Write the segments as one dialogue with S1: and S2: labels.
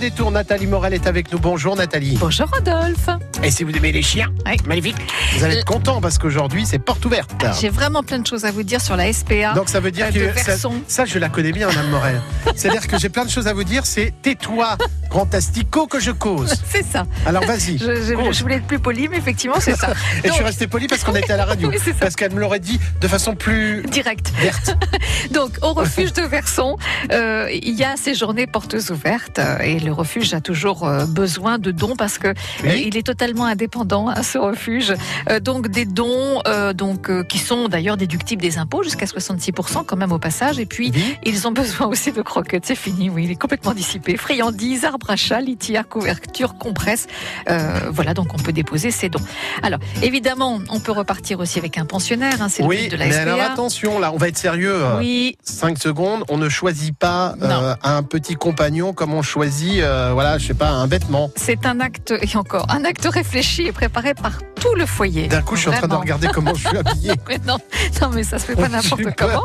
S1: détour, Nathalie Morel est avec nous. Bonjour Nathalie.
S2: Bonjour Rodolphe.
S1: Et si vous aimez les chiens,
S2: Oui.
S1: magnifique, vous allez être content parce qu'aujourd'hui c'est porte ouverte.
S2: J'ai vraiment plein de choses à vous dire sur la SPA.
S1: Donc ça veut
S2: euh,
S1: dire
S2: de
S1: que ça,
S2: Verson.
S1: ça, je la connais bien, Madame Morel. C'est-à-dire que j'ai plein de choses à vous dire. C'est tais-toi, grand asticot que je cause.
S2: C'est ça.
S1: Alors vas-y.
S2: Je, je-
S1: cause.
S2: je voulais être plus poli, mais effectivement, c'est ça.
S1: Et je suis
S2: Donc-
S1: resté poli parce qu'on était à la radio.
S2: Oui, c'est ça.
S1: Parce qu'elle me l'aurait dit de façon plus
S2: Direct.
S1: verte.
S2: Donc, au refuge de Verson, euh, il y a ces journées portes ouvertes euh, et le refuge a toujours euh, besoin de dons parce que euh,
S1: Oui.
S2: il est totalement indépendant à ce refuge. Euh, donc, des dons, euh, donc euh, qui sont d'ailleurs déductibles des impôts jusqu'à 66% quand même au passage. Et puis,
S1: Oui.
S2: Ils ont besoin aussi de croquettes, c'est fini, oui, il est complètement dissipé. Friandises, arbres à chat, litières, couvertures, compresses. Euh, voilà, donc on peut déposer ses dons. Alors, évidemment, on peut repartir aussi avec un pensionnaire, hein, c'est le
S1: Oui,
S2: but de la
S1: mais alors
S2: SPA.
S1: attention, là, on va être sérieux.
S2: oui,
S1: 5 secondes, on ne choisit pas euh, un petit compagnon comme on choisit, euh, voilà, je sais pas, un vêtement.
S2: c'est un acte, et encore, un acte réfléchi et préparé par tout le foyer.
S1: D'un coup, je suis en train de
S2: Vraiment.
S1: regarder Oh, comment je suis habillé.
S2: Mais non, non, mais ça se fait pas
S1: J'ai eu
S2: n'importe
S1: peur.
S2: comment.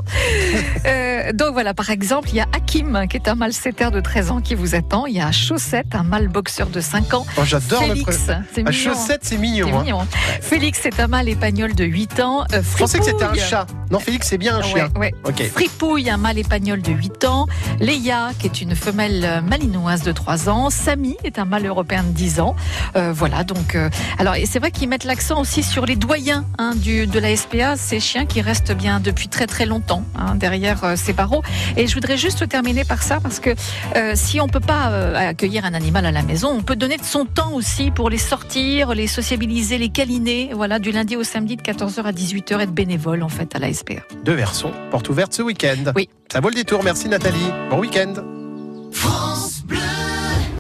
S2: Euh, donc voilà, par exemple, il y a Hakim, hein, qui est un mâle setter de 13 ans qui vous attend. Il y a Chaussette, un mâle boxeur de 5 ans.
S1: Oh, J'adore le
S2: Félix,
S1: pré-
S2: c'est
S1: La
S2: mignon.
S1: chaussette, c'est
S2: C'est
S1: mignon. hein.
S2: mignon. Félix, c'est un mâle épagnol de 8 ans. Euh,
S1: Je pensais que c'était un
S2: Fripouille.
S1: chat. Non, Félix, c'est bien un chien.
S2: Ah Ouais, ouais.
S1: Ok.
S2: Fripouille, un mâle épagnol de 8 ans. Léa, qui est une femelle euh, malinoise de 3 ans. Samy est un mâle européen de 10 ans. Euh, voilà, donc. euh, alors, et c'est vrai qu'ils mettent l'accent aussi sur les doyens hein, du, de la SPA, ces chiens qui restent bien depuis très très longtemps hein, derrière euh, ces barreaux. Et je voudrais juste terminer par ça, parce que euh, si on peut pas euh, accueillir un animal à la maison, on peut donner de son temps aussi pour les sortir, les sociabiliser, les câliner. Voilà, du lundi au samedi de 14h à 18h, être bénévole en fait à la SPA.
S1: De Verson, porte ouverte ce week-end.
S2: Oui.
S1: Ça vaut le détour. Merci Nathalie. Bon week-end.